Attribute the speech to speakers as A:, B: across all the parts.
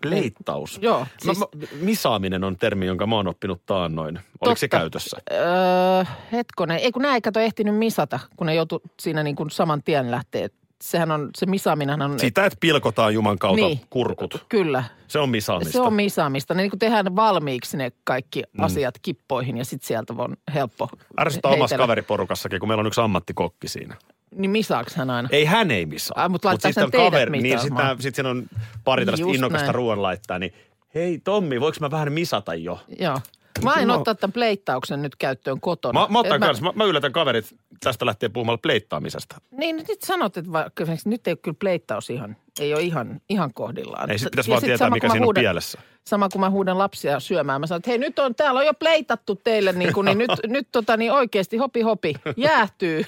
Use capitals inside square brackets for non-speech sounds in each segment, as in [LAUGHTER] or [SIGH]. A: Pleittaus.
B: Joo,
A: No,
B: siis-
A: mä- misaaminen on termi, jonka mä oon oppinut taannoin. Oliko se
B: Totta.
A: käytössä?
B: Öö, hetkonen, ei kun nämä ei kato ehtinyt misata, kun ne joutu siinä niin kuin saman tien lähtee. Sehän on, se misaaminen on...
A: Sitä, että pilkotaan Juman kautta
B: Niin.
A: kurkut.
B: Kyllä,
A: Se on misaamista.
B: se on misaamista. Ne niin kuin tehdään valmiiksi ne kaikki mm. asiat kippoihin ja sitten sieltä on helppo
A: Ärsyttää omassa
B: heitellä.
A: kaveriporukassakin, kun meillä on yksi ammattikokki siinä.
B: Niin misaaks hän aina?
A: Ei hän ei misaa.
B: Ai, mut laittaa
A: sitten
B: sen teidät
A: niin
B: mitaamaan. Niin,
A: sitten sit siinä on pari tällaista
B: Just
A: innokasta
B: näin.
A: ruoanlaittaa, niin hei Tommi, voiko mä vähän misata jo?
B: Joo. Mä aion
A: No.
B: ottaa tämän pleittauksen nyt käyttöön kotona.
A: Mä, mä otan
B: Et mä-
A: kans, mä, mä yllätän kaverit tästä lähtee puhumalla pleittaamisesta.
B: Niin, nyt sanot, että vaikka, esimerkiksi nyt ei ole kyllä pleittaus ihan, ei ole ihan, ihan kohdillaan.
A: Ei sit pitäisi
B: Ja
A: vaan
B: sit
A: tietää,
B: sama,
A: mikä
B: kun mä
A: siinä on
B: huudan-
A: pielessä.
B: Sama kun mä huudan lapsia syömään, mä sanon, että hei nyt on, täällä on jo pleitattu teille, niin, kuin, niin nyt,
A: [LAUGHS]
B: nyt tota, niin oikeasti hopi hopi, jäähtyy.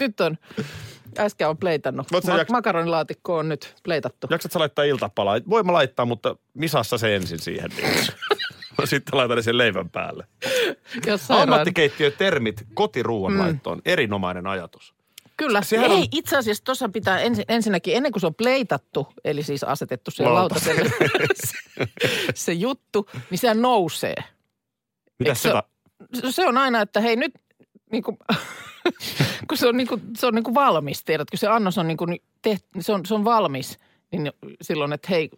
B: nyt on, äsken on pleitannut.
A: Voit sä
B: Ma-
A: jaks-
B: makaronilaatikko on nyt pleitattu.
A: Jaksat sä laittaa iltapalaa? Voi mä laittaa, mutta misassa se ensin siihen.
B: [LAUGHS]
A: Niin. Mä sitten laitan sen leivän päälle.
B: Jos sairaan- Mm.
A: Ammattikeittiötermit kotiruuan laittoon. Erinomainen ajatus.
B: Kyllä.
A: sehän
B: Ei,
A: on-
B: itse asiassa tuossa pitää ensin, ensinnäkin, ennen kuin se on pleitattu, eli siis asetettu siihen
A: Lautaselle. [LAUGHS]
B: lautaselle [LAUGHS] se, se juttu, niin sehän nousee.
A: Mitä
B: Eikö se-
A: se... ta-
B: se- se on aina, että hei nyt, niin kuin, [LAUGHS] kun se on, niin kuin, se on niin kuin valmis, tiedät, kun se annos on, niin kuin tehty, se on, se on valmis, niin silloin, että hei,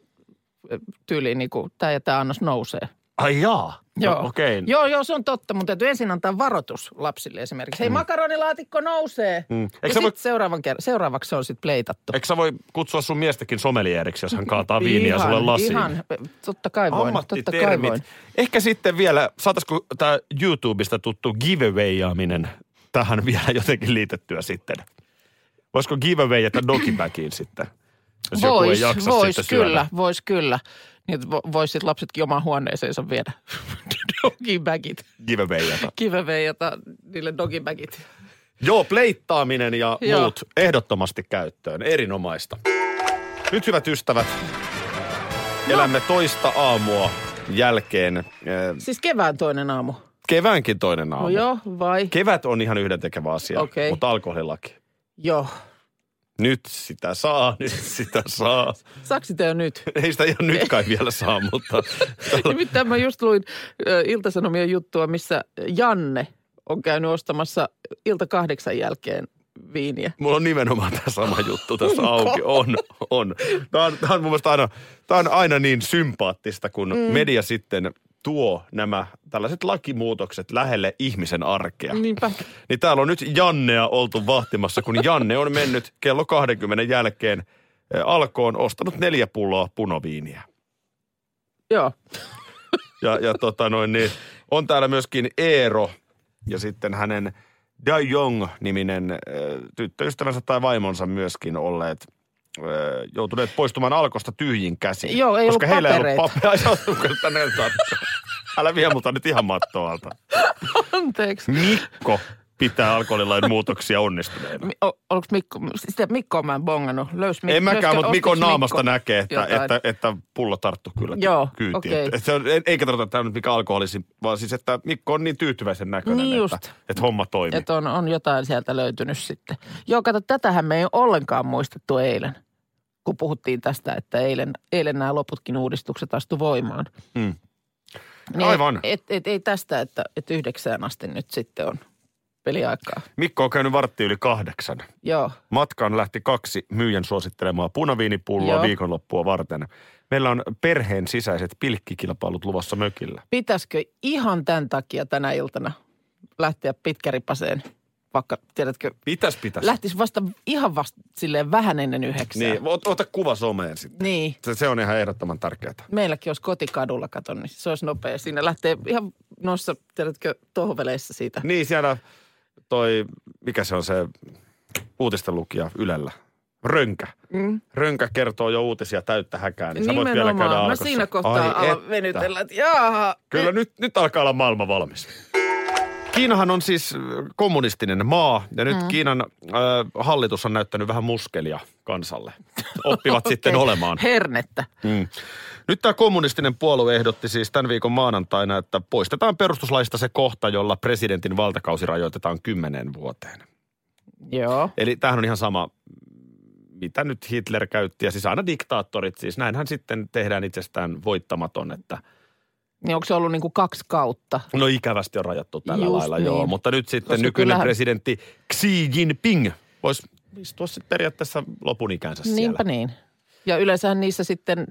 B: tyyliin niin kuin, tämä ja tämä annos nousee.
A: Ai jaa. No, Okei.
B: Joo, joo, se on totta, mutta täytyy ensin antaa varoitus lapsille esimerkiksi. Hei, makaronilaatikko nousee.
A: Mm.
B: Ja
A: Eikö
B: sitten
A: sä voi-
B: seuraavan kerran, seuraavaksi se on sitten pleitattu.
A: Eikö sä voi kutsua sun miestäkin somelieriksi, jos hän kaataa viiniä
B: Ihan,
A: sulle lasiin?
B: Ihan, totta kai voin, totta kai
A: Ammattitermit.
B: voin.
A: Ehkä sitten vielä, saataisiko tämä YouTubesta tuttu giveawayjaaminen tähän vielä jotenkin liitettyä sitten? Voisiko giveawayata dokipäkiin sitten? Jos joku ei
B: Vois,
A: jaksa
B: vois
A: sitten syödä.
B: kyllä, vois kyllä. Niin, vo, vois sit lapsetkin omaan huoneeseensa viedä [LAUGHS] dogibagit,
A: Giveawayata.
B: kiveveijata niille dogibagit.
A: Joo, pleittaaminen ja
B: Joo.
A: muut ehdottomasti käyttöön. Erinomaista. Nyt hyvät ystävät,
B: No.
A: elämme toista aamua jälkeen. eh,
B: Siis kevään toinen aamu.
A: Keväänkin toinen aamu.
B: No joo, vai?
A: Kevät on ihan yhdentekevä asia,
B: Okei.
A: mutta alkoholilaki.
B: joo.
A: Nyt sitä saa, nyt sitä saa.
B: Saksite jo
A: [LAUGHS]
B: nyt.
A: Ei sitä ihan nyt kai vielä saa,
B: [LAUGHS]
A: mutta
B: Nimittäin mä just luin ö, Ilta-Sanomien juttua, missä Janne on käynyt ostamassa ilta kahdeksan jälkeen viiniä.
A: mulla on nimenomaan tämä sama juttu tässä auki. On, on. Tämä on, tämä on mun mielestä aina, tämä on aina niin sympaattista, kun mm. media sitten tuo nämä tällaiset lakimuutokset lähelle ihmisen arkea. Niin.
B: Niinpä.
A: niin täällä on nyt Jannea oltu vahtimassa, kun Janne on mennyt kello 20 jälkeen eh, alkoon ostanut neljä pulloa punoviiniä.
B: Joo.
A: Ja, ja tota noin, niin on täällä myöskin Eero ja sitten hänen Da Jong-niminen äh, tyttöystävänsä tai vaimonsa myöskin olleet äh, joutuneet poistumaan alkosta tyhjin käsin.
B: Joo, ei
A: koska
B: ollut
A: heillä ei ollut
B: papereita.
A: papereita. [LAUGHS] Ai, sä oot tullut tänne tarttua. Älä vie mutta nyt ihan mattoa alta.
B: Anteeksi.
A: Mikko pitää alkoholilain muutoksia onnistuneena.
B: Mi- o- Oliko Mikko, sitä Mikkoa mä en bongannut. Löys,
A: En mäkään, mutta Mikon naamasta
B: Mikko?
A: näkee, että,
B: jotain?
A: että, että pullo tarttu kyllä
B: Joo,
A: kyytiin.
B: okei.
A: Että se on, e- eikä tarkoita, että tämä on nyt mikä alkoholisin, vaan siis, että Mikko on niin tyytyväisen näköinen,
B: Niin just.
A: että, että homma toimii.
B: Että on, on jotain sieltä löytynyt sitten. Joo, kato, tätähän me ei ollenkaan muistettu eilen, kun puhuttiin tästä, että eilen, eilen nämä loputkin uudistukset astu voimaan.
A: Mm.
B: Niin
A: Aivan.
B: Et, et, ei tästä, että et yhdeksään asti nyt sitten on peliaikaa.
A: Mikko on käynyt vartti yli kahdeksan.
B: Joo,
A: Matkaan lähti kaksi myyjän suosittelemaa punaviinipulloa
B: Joo.
A: viikonloppua varten. Meillä on perheen sisäiset pilkkikilpailut luvassa mökillä.
B: pitäisikö ihan tämän takia tänä iltana lähteä pitkäripaseen, vaikka tiedätkö,
A: Mitäs pitäisi?
B: lähtisi vasta ihan vasta silleen vähän ennen yhdeksää.
A: niin, ot, ota kuva someen sitten.
B: niin.
A: Se, se on ihan ehdottoman tärkeää.
B: meilläkin olisi kotikadulla, kato, niin se olisi nopea. Siinä lähtee ihan noissa, tiedätkö, tohveleissa siitä.
A: Niin, siellä toi, mikä se on se uutisten lukija Ylellä? Rönkä.
B: Mm.
A: Rönkä kertoo jo uutisia täyttä häkää, niin sä voit vielä käydä
B: Mä
A: alkossa.
B: siinä kohtaa
A: Ai
B: alan
A: että.
B: venytellä, että jaaha.
A: Kyllä nyt, nyt alkaa olla maailma valmis. Kiinahan on siis äh, kommunistinen maa ja nyt mm. Kiinan äh, hallitus on näyttänyt vähän muskelia
B: [LAUGHS]
A: kansalle. Oppivat okay. sitten
B: Okei.
A: olemaan.
B: Hernettä.
A: Mm. Nyt tämä kommunistinen puolue ehdotti siis tämän viikon maanantaina, että poistetaan perustuslaista se kohta, jolla presidentin valtakausi rajoitetaan kymmeneen vuoteen.
B: Joo.
A: Eli tämähän on ihan sama, mitä nyt Hitler käytti ja siis aina diktaattorit. Siis näinhän sitten tehdään itsestään voittamaton, että
B: Niin onko se ollut niin kuin kaksi kautta?
A: no ikävästi on rajattu tällä
B: Just
A: lailla.
B: niin.
A: Joo, mutta nyt sitten
B: Koska
A: nykyinen
B: kyllähän-
A: presidentti Xi Jinping voisi istua sitten periaatteessa lopun ikänsä siellä.
B: Niinpä niin. Ja yleensähän niissä sitten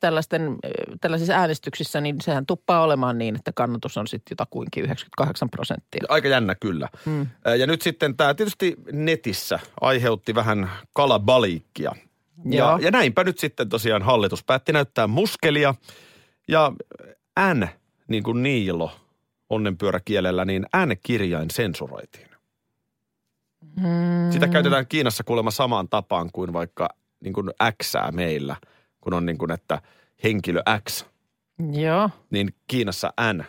B: tällaisten, äh, tällaisissa äänestyksissä, niin sehän tuppaa olemaan niin, että kannatus on sitten jotakuinkin 98 prosenttia.
A: Aika jännä kyllä. Mm. Ja nyt sitten tämä tietysti netissä aiheutti vähän kalabaliikkia. Ja,
B: Joo.
A: ja näinpä nyt sitten tosiaan hallitus päätti näyttää muskelia. Ja N, niin kuin Niilo onnenpyöräkielellä, niin N-kirjain sensuroitiin. Mm. Sitä käytetään Kiinassa kuulemma samaan tapaan kuin vaikka niin kuin x meillä, kun on niin kuin, että henkilö X,
B: Mm, Joo,
A: niin Kiinassa N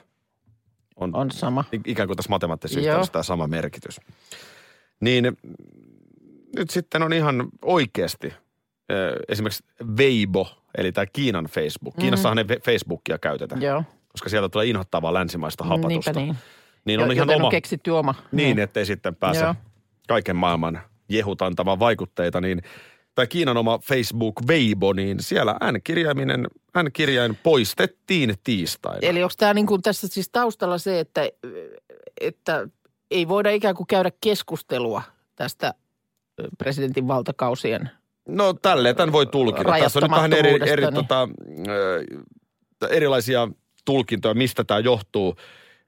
A: on,
B: on sama.
A: I- ikään kuin tässä matemaattisessa
B: Joo.
A: yhteydessä tämä sama merkitys. Niin mm, nyt sitten on ihan oikeasti ö, esimerkiksi Weibo, eli tämä Kiinan Facebook. Kiinassahan ne fe- Facebookia käytetään,
B: Mm. Joo,
A: koska sieltä tulee inhottavaa länsimaista hapatusta.
B: niinpä niin.
A: niin on
B: Jo-
A: ihan
B: Joten
A: oma,
B: on keksitty oma.
A: niin ettei sitten pääse
B: Joo.
A: kaiken maailman jehut antamaan vaikutteita, niin tämä Kiinan oma Facebook Weibo, niin siellä N-kirjaiminen, N-kirjain poistettiin tiistaina.
B: Eli onko tämä niinku tässä siis taustalla se, että, että ei voida ikään kuin käydä keskustelua tästä ö, presidentin valtakausien.
A: No tälleen tämän voi tulkita. Tässä on nyt vähän eri, eri
B: Rajoittamattomuudesta, niin.
A: tota, ö, erilaisia tulkintoja, mistä tämä johtuu.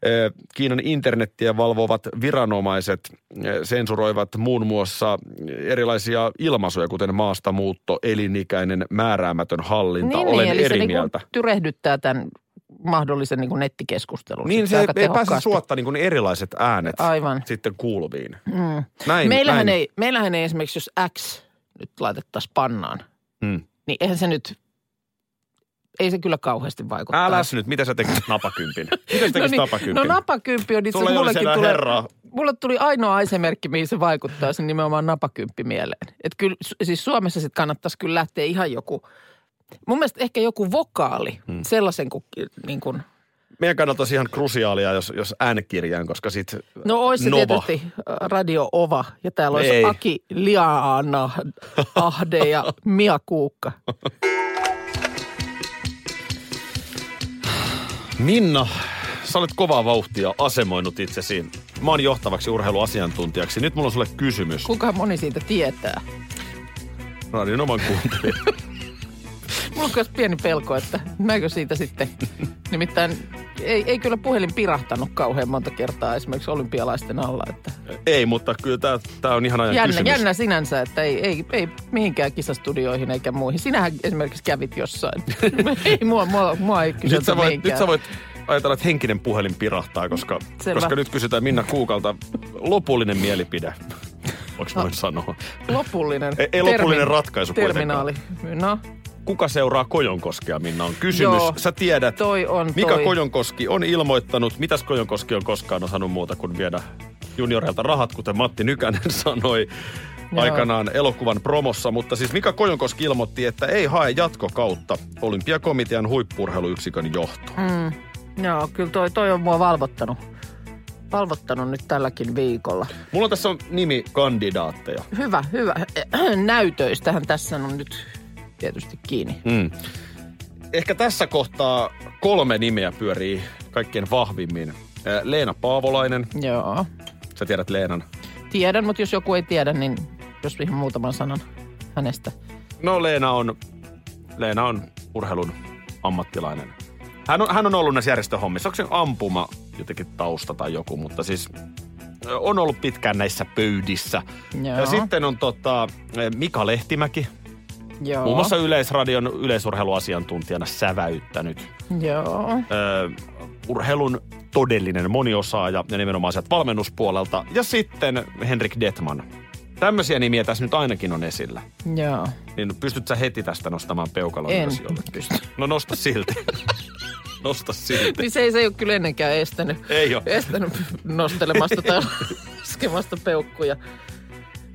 A: Ö, Kiinan internettiä valvovat viranomaiset ö, sensuroivat muun muassa erilaisia ilmaisuja, kuten maastamuutto, elinikäinen, määräämätön hallinta. Olen
B: Niin, eli
A: eri
B: se
A: mieltä.
B: Niinku tyrehdyttää tämän mahdollisen niinku nettikeskustelun.
A: Niin
B: sitten
A: se ei
B: aika
A: ei pääse
B: tehokkaasti.
A: suotta niin kuin erilaiset äänet
B: Aivan.
A: sitten kuuluviin.
B: Mm.
A: Näin,
B: Meillähän,
A: näin.
B: ei, meillähän ei esimerkiksi, jos X nyt laitettaisiin pannaan,
A: Mm.
B: niin eihän se nyt, ei se kyllä kauheasti vaikuttaa.
A: Äläs nyt, mitä sä tekisit napakympin? Mitä sä tekisit
B: No, niin,
A: napakympin?
B: no napakymppi on itse
A: Sulla ei ole
B: mullekin
A: siellä
B: tulee,
A: herraa.
B: mulle tuli ainoa aisemerkki, mihin se vaikuttaa, se nimenomaan napakymppi mieleen. Et kyllä, su- siis Suomessa sitten kannattaisi kyllä lähteä ihan joku, mun mielestä ehkä joku vokaali, hmm. sellaisen kuin, niin kuin,
A: meidän kannalta olisi ihan krusiaalia, jos, jos N-kirjain, koska sit
B: no olisi se
A: Nova.
B: tietysti ä, Radio Ova ja täällä olisi
A: Ei.
B: Aki Liaana, Ahde ja Mia Kuukka.
A: Minna, sä olet kovaa vauhtia asemoinut itsesi maan johtavaksi urheiluasiantuntijaksi. Nyt mulla on sulle kysymys.
B: Kuinka moni siitä tietää?
A: Radion oman kuuntelin.
B: Mulla on myös pieni pelko, että näkö siitä sitten. Nimittäin ei, ei kyllä puhelin pirahtanut kauhean monta kertaa esimerkiksi olympialaisten alla. Että
A: [LAUGHS] Ei, mutta kyllä tää, tää on ihan ajan
B: jännä,
A: kysymys.
B: jännä sinänsä, että ei, ei, ei mihinkään kisastudioihin eikä muihin. Sinähän esimerkiksi kävit
A: [LAUGHS]
B: jossain. ei mua, mua, mua ei kysytä
A: Nyt sä, voit, nyt
B: mihinkään.
A: sä voit ajatella, että henkinen puhelin pirahtaa, koska,
B: Selvä.
A: koska nyt kysytään Minna Kuukalta lopullinen mielipide. Voiko noin sanoa?
B: Lopullinen.
A: Ei- ei lopullinen ratkaisu
B: Terminaali. No,
A: Kuka seuraa Kojonkoskea, Minna, on kysymys.
B: Joo.
A: Sä tiedät,
B: toi on
A: Mika
B: toi.
A: Kojonkoski on ilmoittanut, mitäs Kojonkoski on koskaan osannut muuta kuin viedä junioreilta rahat, kuten Matti Nykänen [LAUGHS] sanoi
B: Joo.
A: aikanaan elokuvan promossa. Mutta siis Mika Kojonkoski ilmoitti, että ei hae jatkokautta olympiakomitean huippurheiluyksikön johto.
B: Mm. Joo, kyllä toi, toi on mua valvottanut. Valvottanut nyt tälläkin viikolla.
A: Mulla on tässä on nimi kandidaatteja.
B: Hyvä, hyvä. [CLEARS THROAT] Näytöistähän tässä on nyt tietysti kiinni.
A: Mm. Ehkä tässä kohtaa kolme nimeä pyörii kaikkein vahvimmin. Äh, Leena Paavolainen,
B: Joo.
A: sä tiedät Leenan.
B: Tiedän, mutta jos joku ei tiedä, niin jos ihan muutaman sanan hänestä.
A: No Leena on, Leena on urheilun ammattilainen. Hän on, hän on ollut näissä järjestöhommissa. Onko se ampuma jotenkin tausta tai joku, mutta siis ö, on ollut pitkään näissä pöydissä.
B: Joo.
A: Ja sitten on tota, ö, Mika Lehtimäki,
B: Joo.
A: muun muassa Yleisradion yleisurheiluasiantuntijana säväyttänyt
B: Joo.
A: ö, urheilun todellinen moniosaaja ja nimenomaan sieltä valmennuspuolelta. Ja sitten Henrik Detman. Tämmöisiä nimiä tässä nyt ainakin on esillä.
B: Joo.
A: Niin pystyt sä heti tästä nostamaan peukalon
B: En
A: ylös jollekin?
B: pysty.
A: No nosta silti. [LAUGHS] Nosta silti.
B: Niin se ei, se ei ole kyllä ennenkään estänyt,
A: Ei oo.
B: estänyt nostelemasta tai laskemasta peukkuja.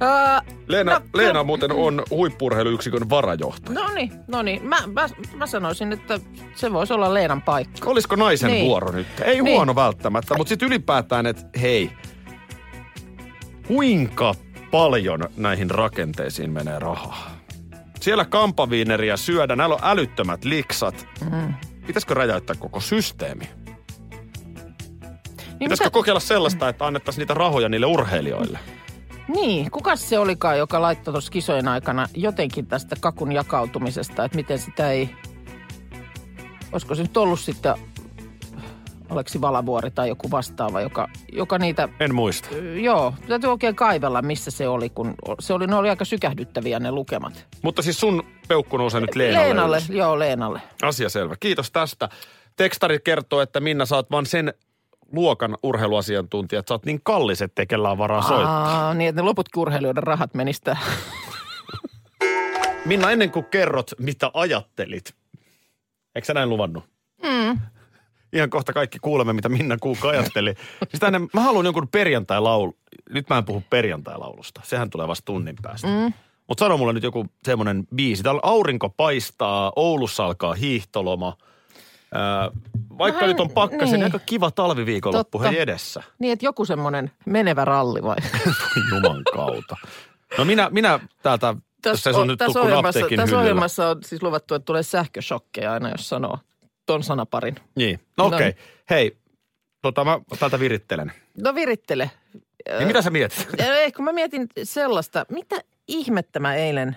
B: Ää,
A: Leena,
B: no,
A: Leena muuten on huippurheiluyksikön varajohtaja.
B: No niin, no niin. Mä, mä, mä sanoisin, että se voisi olla Leenan paikka.
A: Olisiko naisen
B: Niin.
A: niin. vuoro nyt? Ei
B: Niin.
A: niin. huono välttämättä, mutta sitten ylipäätään, että hei, kuinka paljon näihin rakenteisiin menee rahaa? Siellä kampaviineriä syödään, näillä on älyttömät liksat.
B: Mm.
A: Pitäisikö räjäyttää koko systeemi?
B: Niin,
A: Pitäisikö kokeilla sellaista, että annettaisiin niitä rahoja niille urheilijoille?
B: niin, kukas se olikaan, joka laittoi tuossa kisojen aikana jotenkin tästä kakun jakautumisesta, että miten sitä ei... Olisiko se nyt ollut sitten Aleksi Valavuori tai joku vastaava, joka, joka niitä...
A: En muista.
B: Ö, Joo, täytyy oikein kaivella, missä se oli, kun o- se oli, ne oli aika sykähdyttäviä ne lukemat.
A: Mutta siis sun peukku nousee nyt Leenalle.
B: Leenalle
A: ylös.
B: joo, Leenalle.
A: Asia selvä. Kiitos tästä. Tekstari kertoo, että Minna, sä oot vaan sen luokan urheiluasiantuntija, että sä oot niin kallis, että ei kellään varaa soittaa.
B: Aa, niin, että ne loput urheilijoiden rahat menis tähän.
A: Minna, ennen kuin kerrot, mitä ajattelit, eikö sä näin luvannut? Mm. Ihan kohta kaikki kuulemme, mitä Minna Kuukka ajatteli. Sitä ennen, mä haluan jonkun perjantai-laulu. Nyt mä en puhu perjantai-laulusta. Sehän tulee vasta tunnin päästä. Mm. Mutta sano mulle nyt joku semmoinen biisi. Täällä aurinko paistaa, Oulussa alkaa hiihtoloma. Ää, vaikka
B: Vähän-
A: nyt on pakkasen,
B: niin.
A: niin. aika kiva talviviikonloppu
B: Totta.
A: hei edessä.
B: [LAUGHS] Niin, että joku semmoinen menevä ralli
A: [LAUGHS]
B: vai?
A: Juman kautta. No minä, minä täältä, jos ei sun nyt tukku
B: ohjelmassa,
A: apteekin
B: tässä
A: hyllyllä.
B: ohjelmassa on siis luvattu, että tulee sähköshokkeja aina, jos sanoo ton sanaparin.
A: Niin. No
B: No
A: okei.
B: niin.
A: Okay. Hei, tota mä täältä virittelen.
B: No virittele.
A: Niin mitä sä mietit?
B: Ei, kun mä mietin sellaista, mitä ihmettä mä eilen,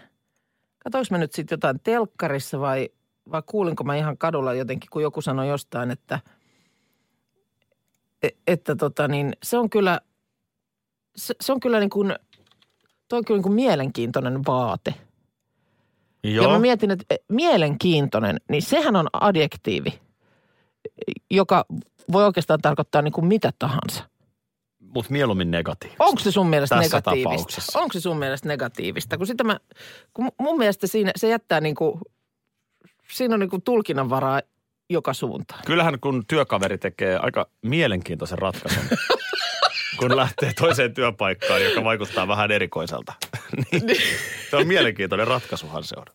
B: katoinko mä nyt sitten jotain telkkarissa vai, vai kuulinko mä ihan kadulla jotenkin, kun joku sanoi jostain, että, e- että tota niin, se on kyllä, se, se on kyllä niin kuin, toi on kyllä niin kuin mielenkiintoinen vaate. Ja mä mietin, että eh, mielenkiintoinen, niin sehän on adjektiivi, joka voi oikeastaan tarkoittaa niin kuin mitä tahansa.
A: Mut mieluummin negatiivista.
B: Onko se sun mielestä
A: Tässä
B: negatiivista?
A: tapauksessa.
B: Onko se sun mielestä negatiivista? Kun, sitä mä, kun mu- mun mielestä siinä, se jättää niin kuin, siinä on niin kuin tulkinnanvaraa joka suuntaan.
A: Kyllähän kun työkaveri tekee aika mielenkiintoisen ratkaisun, [LAUGHS] kun lähtee toiseen työpaikkaan, joka vaikuttaa vähän erikoiselta. [LAUGHS] niin. Se on mielenkiintoinen ratkaisuhan se on.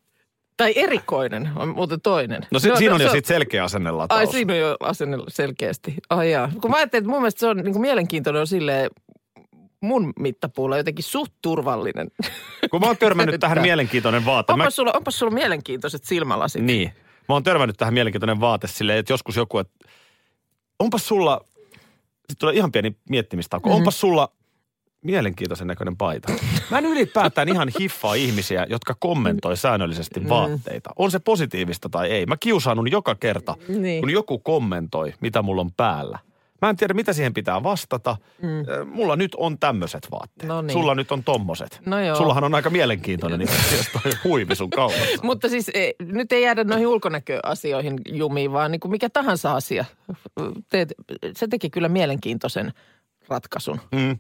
B: Tai erikoinen on muuten toinen.
A: No, si- siinä on
B: se
A: jo sit selkeä asennelataus.
B: Ai siinä on jo asenne selkeästi. Ai jaa. Kun mä ajattelin, että mun mielestä se on niin kuin mielenkiintoinen on silleen mun mittapuulla jotenkin suht turvallinen.
A: Kun mä oon törmännyt tähän mielenkiintoinen vaate. Mä
B: Onpas sulla, onpas sulla mielenkiintoiset silmälasit.
A: Niin. Mä oon törmännyt tähän mielenkiintoinen vaate silleen, että joskus joku, että onpas sulla, sitten tulee ihan pieni miettimistauko,
B: Mhm.
A: mm-hmm. onpas sulla mielenkiintoisen näköinen
B: [LAUGHS]
A: paita. Mä en ylipäätään ihan hiffaa ihmisiä, jotka kommentoi
B: Mm.
A: säännöllisesti vaatteita. On se positiivista tai ei. Mä kiusaannun joka kerta,
B: Niin.
A: kun joku kommentoi, mitä mulla on päällä. Mä en tiedä, mitä siihen pitää vastata. Mm. Mulla nyt on tämmöiset vaatteet.
B: No niin.
A: Sulla nyt on tommoset.
B: No joo.
A: Sullahan on aika
B: [LAUGHS]
A: mielenkiintoinen itse asiassa toi huivi sun kaulassa.
B: Mutta siis ei, nyt ei jäädä noihin ulkonäköasioihin jumiin, vaan niin kuin mikä tahansa asia. Teet, se teki kyllä mielenkiintoisen ratkaisun.
A: Se,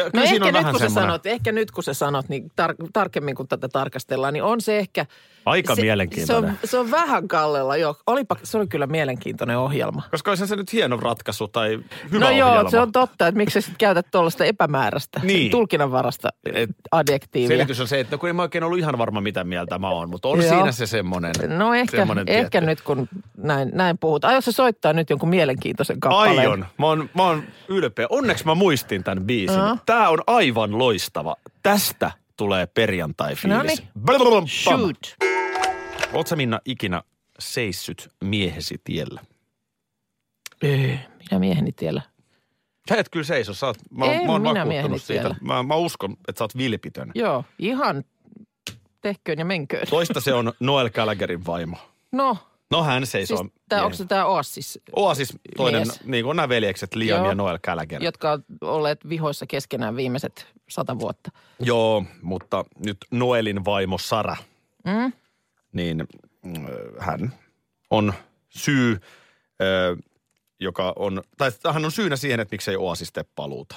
B: No
A: No kyllä siinä
B: ehkä nyt,
A: on vähän
B: kun sä
A: semmoinen
B: sanot, ehkä nyt kun sä sanot, niin tar- tarkemmin kun tätä tarkastellaan, niin on se ehkä...
A: Aika
B: se, Se
A: mielenkiintoinen.
B: on, se on vähän kallella, joo. Olipa, se oli kyllä mielenkiintoinen ohjelma.
A: Koska olisi se nyt hieno ratkaisu tai hyvä
B: no
A: ohjelma.
B: joo, se on totta, että miksi sä sit käytät tuollaista epämääräistä,
A: Niin.
B: tulkinnanvarasta
A: Et-
B: adjektiivia.
A: Selitys on se, että no kun en mä oikein ollut ihan varma, mitä mieltä mä oon, mutta on
B: Joo.
A: siinä se semmoinen.
B: No ehkä,
A: semmoinen
B: ehkä
A: tietty.
B: nyt kun näin, näin puhut. Aiotko sä soittaa nyt jonkun mielenkiintoisen kappaleen?
A: Aion. Mä oon, mä oon ylpeä. Onneksi mä muistin tämän biisin.
B: Joo.
A: Tää on aivan loistava. Tästä tulee perjantai-fiilis.
B: Noniin.
A: Blablabla, pam.
B: No niin. Shoot.
A: Oot sä Minna ikinä seissyt miehesi tiellä?
B: Öö, minä mieheni tiellä.
A: Sä et kyllä seiso. Sä oot, mä, oon-
B: En
A: mä oon
B: minä mieheni
A: vakuuttunut siitä.
B: tiellä.
A: Mä, mä uskon, että sä oot vilpitön.
B: Joo, ihan tehköön ja menköön.
A: Toista se on Noel Gallagherin vaimo.
B: No,
A: No hän seisoo.
B: siis tää, onko se tää Oassis,
A: Oasis toinen,
B: mies?
A: niin kuin nämä veljekset Liam
B: Joo.
A: ja Noel Gallagher.
B: jotka on olleet vihoissa keskenään viimeiset sata vuotta?
A: Joo, mutta nyt Noelin vaimo Sara,
B: Mm?
A: niin mm, hän on syy, ö, joka on, tai hän on syynä siihen, että miksei Oasis tee paluuta.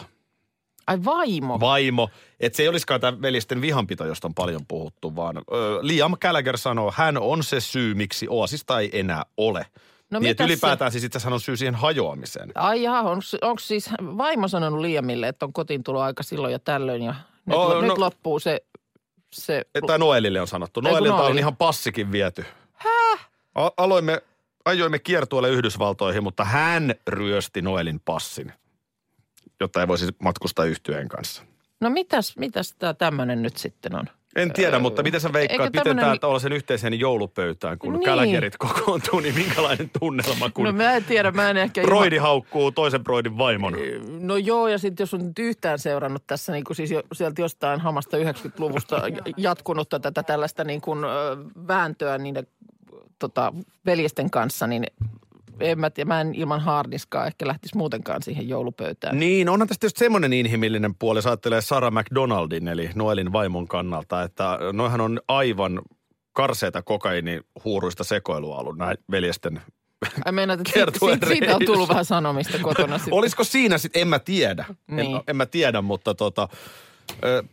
B: Ai vaimo. Va-
A: Vaimo, että se ei olisikaan tämä veljesten vihanpito, josta on paljon äh, puhuttu, vaan ö, Liam Gallagher sanoo, hän on se syy, miksi Oasista ei enää ole.
B: No
A: niin, että
B: mitäs se-
A: ylipäätään siis itse asiassa on syy siihen hajoamiseen.
B: Ai jaha, onko siis vaimo sanonut Liamille, että on kotiintuloaika silloin ja tällöin ja nyt,
A: Oo,
B: oh, no,
A: no-
B: nyt loppuu se, se
A: Tai Noelille on sanottu.
B: Ei, kun
A: Noelilta on
B: Noelille.
A: ihan passikin viety. Häh? Aloimme, ajoimme kiertueelle Yhdysvaltoihin, mutta hän ryösti Noelin passin, jotta ei voisi matkustaa yhtyeen kanssa.
B: No mitäs, mitäs tämä tämmöinen nyt sitten on?
A: En tiedä, mutta miten sä veikkaat,
B: eikö
A: miten
B: Öö, tämmönen-
A: tämmönen... tämä sen yhteiseen joulupöytään, kun niin.
B: Niin.
A: kälägerit kokoontuu, niin minkälainen tunnelma, kun
B: No
A: no,
B: mä en tiedä, mä en ehkä...
A: broidi haukkuu toisen broidin vaimon.
B: Ihan, no joo, ja sitten jos on nyt yhtään seurannut tässä niin kuin siis jo, sieltä jostain hamasta
A: [LAUGHS]
B: 90-luvusta j- jatkunutta tätä tällaista niin kuin, ö, vääntöä niiden tota, veljesten kanssa, niin en mä, tiedä, mä en ilman haarniskaa ehkä lähtisi muutenkaan siihen joulupöytään.
A: Niin, onhan tästä just semmoinen inhimillinen puoli, jos ajattelee Sarah McDonaldin, eli Noelin vaimon kannalta, että noihän on aivan karseita kokainihuuruista sekoilua ollut näin veljesten.
B: Ai meinaat, että
A: Kertuen
B: siitä, siitä on tullut
A: reissu.
B: vähän sanomista
A: [LAUGHS]
B: kotona sitten.
A: Olisiko siinä sitten, en mä tiedä, niin.
B: Niin.
A: en, en mä tiedä, mutta tota,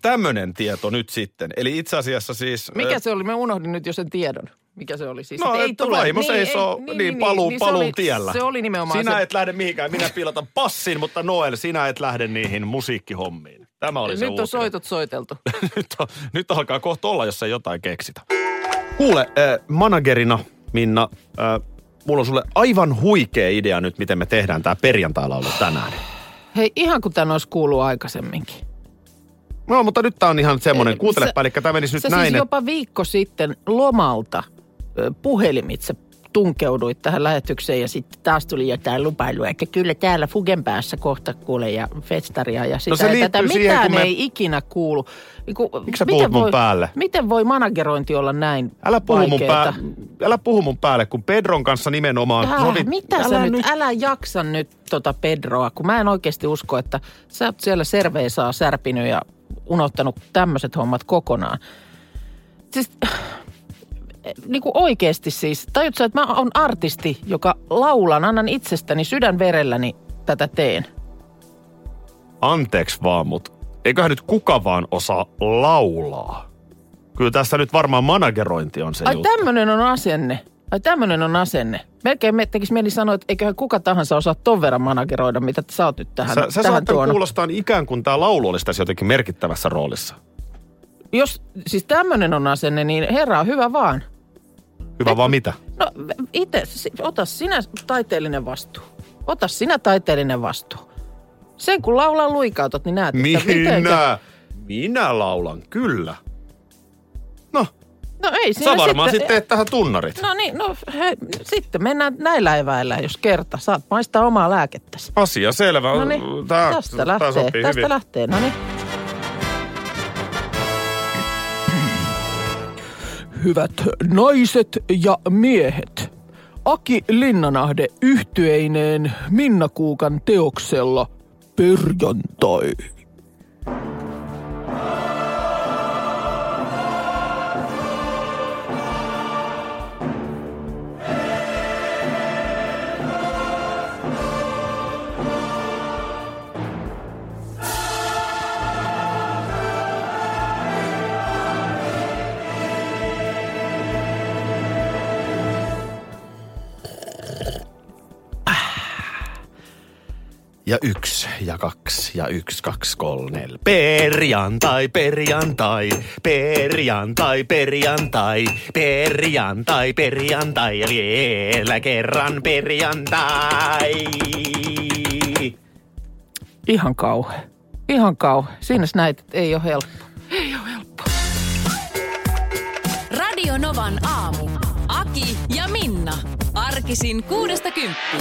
A: tämmöinen tieto nyt sitten. Eli itse asiassa siis... ö,
B: Mikä se oli? Mä unohdin nyt jo sen tiedon. Mikä se oli siis?
A: No,
B: että
A: ei tule. vaimo seisoo niin, niin, niin, paluu, niin,
B: se
A: paluun
B: oli-
A: tiellä.
B: Se oli nimenomaan
A: Sinä
B: se.
A: et lähde mihinkään, minä piilotan passin, mutta Noel, sinä et lähde niihin musiikkihommiin. Tämä oli se
B: Nyt on
A: uutinen.
B: soitot soiteltu.
A: nyt, on, nyt alkaa kohta olla, jos ei jotain keksitä. Kuule, äh, managerina Minna, äh, mulla on sulle aivan huikea idea nyt, miten me tehdään tämä perjantai-laulu tänään.
B: Hei, ihan kun tämän olisi kuullut aikaisemminkin.
A: No, mutta nyt tämä on ihan semmoinen,
B: Ei, sä-
A: kuuntelepa, eli tämä menisi nyt
B: Sä
A: näin.
B: siis
A: että-
B: jopa viikko sitten lomalta ö, puhelimitse tunkeuduit tähän lähetykseen ja sitten taas tuli jotain lupailua, että kyllä täällä Fugen päässä kohta kuulee ja festaria ja sitä
A: No se
B: ja
A: liittyy
B: tätä.
A: siihen,
B: Mitään
A: kun me-
B: ei ikinä kuulu. Niinku,
A: Miksi sä puhut mun päälle?
B: Miten voi managerointi olla näin
A: Älä puhu, mun pää,
B: vaikeeta?
A: älä puhu mun päälle, kun Pedron kanssa nimenomaan
B: Ää,
A: sovit...
B: mitä
A: älä
B: sä nyt, älä jaksa nyt tota Pedroa, kun mä en oikeasti usko, että sä oot siellä serveisaa särpinyt ja unohtanut tämmöiset hommat kokonaan. Siis, niin kuin oikeasti siis, tajut sä, että mä oon artisti, joka laulan, annan itsestäni sydänverelläni tätä teen.
A: Anteeksi vaan, mutta eiköhän nyt kuka vaan osaa laulaa. Kyllä tässä nyt varmaan managerointi on se
B: Ai
A: juttu.
B: tämmönen on asenne. Ai tämmönen on asenne. Melkein me tekisi mieli sanoa, että eiköhän kuka tahansa osaa ton verran manageroida, mitä sä oot nyt tähän,
A: Sä, sä
B: tähän
A: saat tämän
B: tuonut.
A: kuulostaa ikään kuin tämä laulu olisi tässä jotenkin merkittävässä roolissa.
B: Jos siis tämmönen on asenne, niin herra on hyvä vaan.
A: Hyvä vaan mitä?
B: No itse, ota sinä taiteellinen vastuu. Ota sinä taiteellinen vastuu. Sen kun laulaa luikautot, niin näet, että mitenkä-
A: Minä? Minä laulan, kyllä. No,
B: No ei
A: sä
B: siinä
A: varmaan sitten teet tähän tunnarit.
B: No niin, no he, sitten mennään näillä eväillä, jos kerta. Saat maistaa omaa lääkettäsi.
A: Asia selvä.
B: No niin,
A: Tää-
B: tästä
A: tää
B: lähtee,
A: sopii
B: tästä
A: hyvin.
B: lähtee, no niin. Hyvät naiset ja miehet, Aki Linnanahde yhtyeineen Minna Kuukan teoksella Perjantai.
A: Ja yksi, ja kaksi, ja yksi, kaksi, kolme, neljä. Perjantai, perjantai, perjantai, perjantai, perjantai, perjantai ja vielä kerran perjantai.
B: Ihan kauhe. Ihan kauhe. Siinä sä näit, että ei ole helppo.
C: Radio Novan aamu. Aki ja Minna. Arkisin kuudesta kymppiin.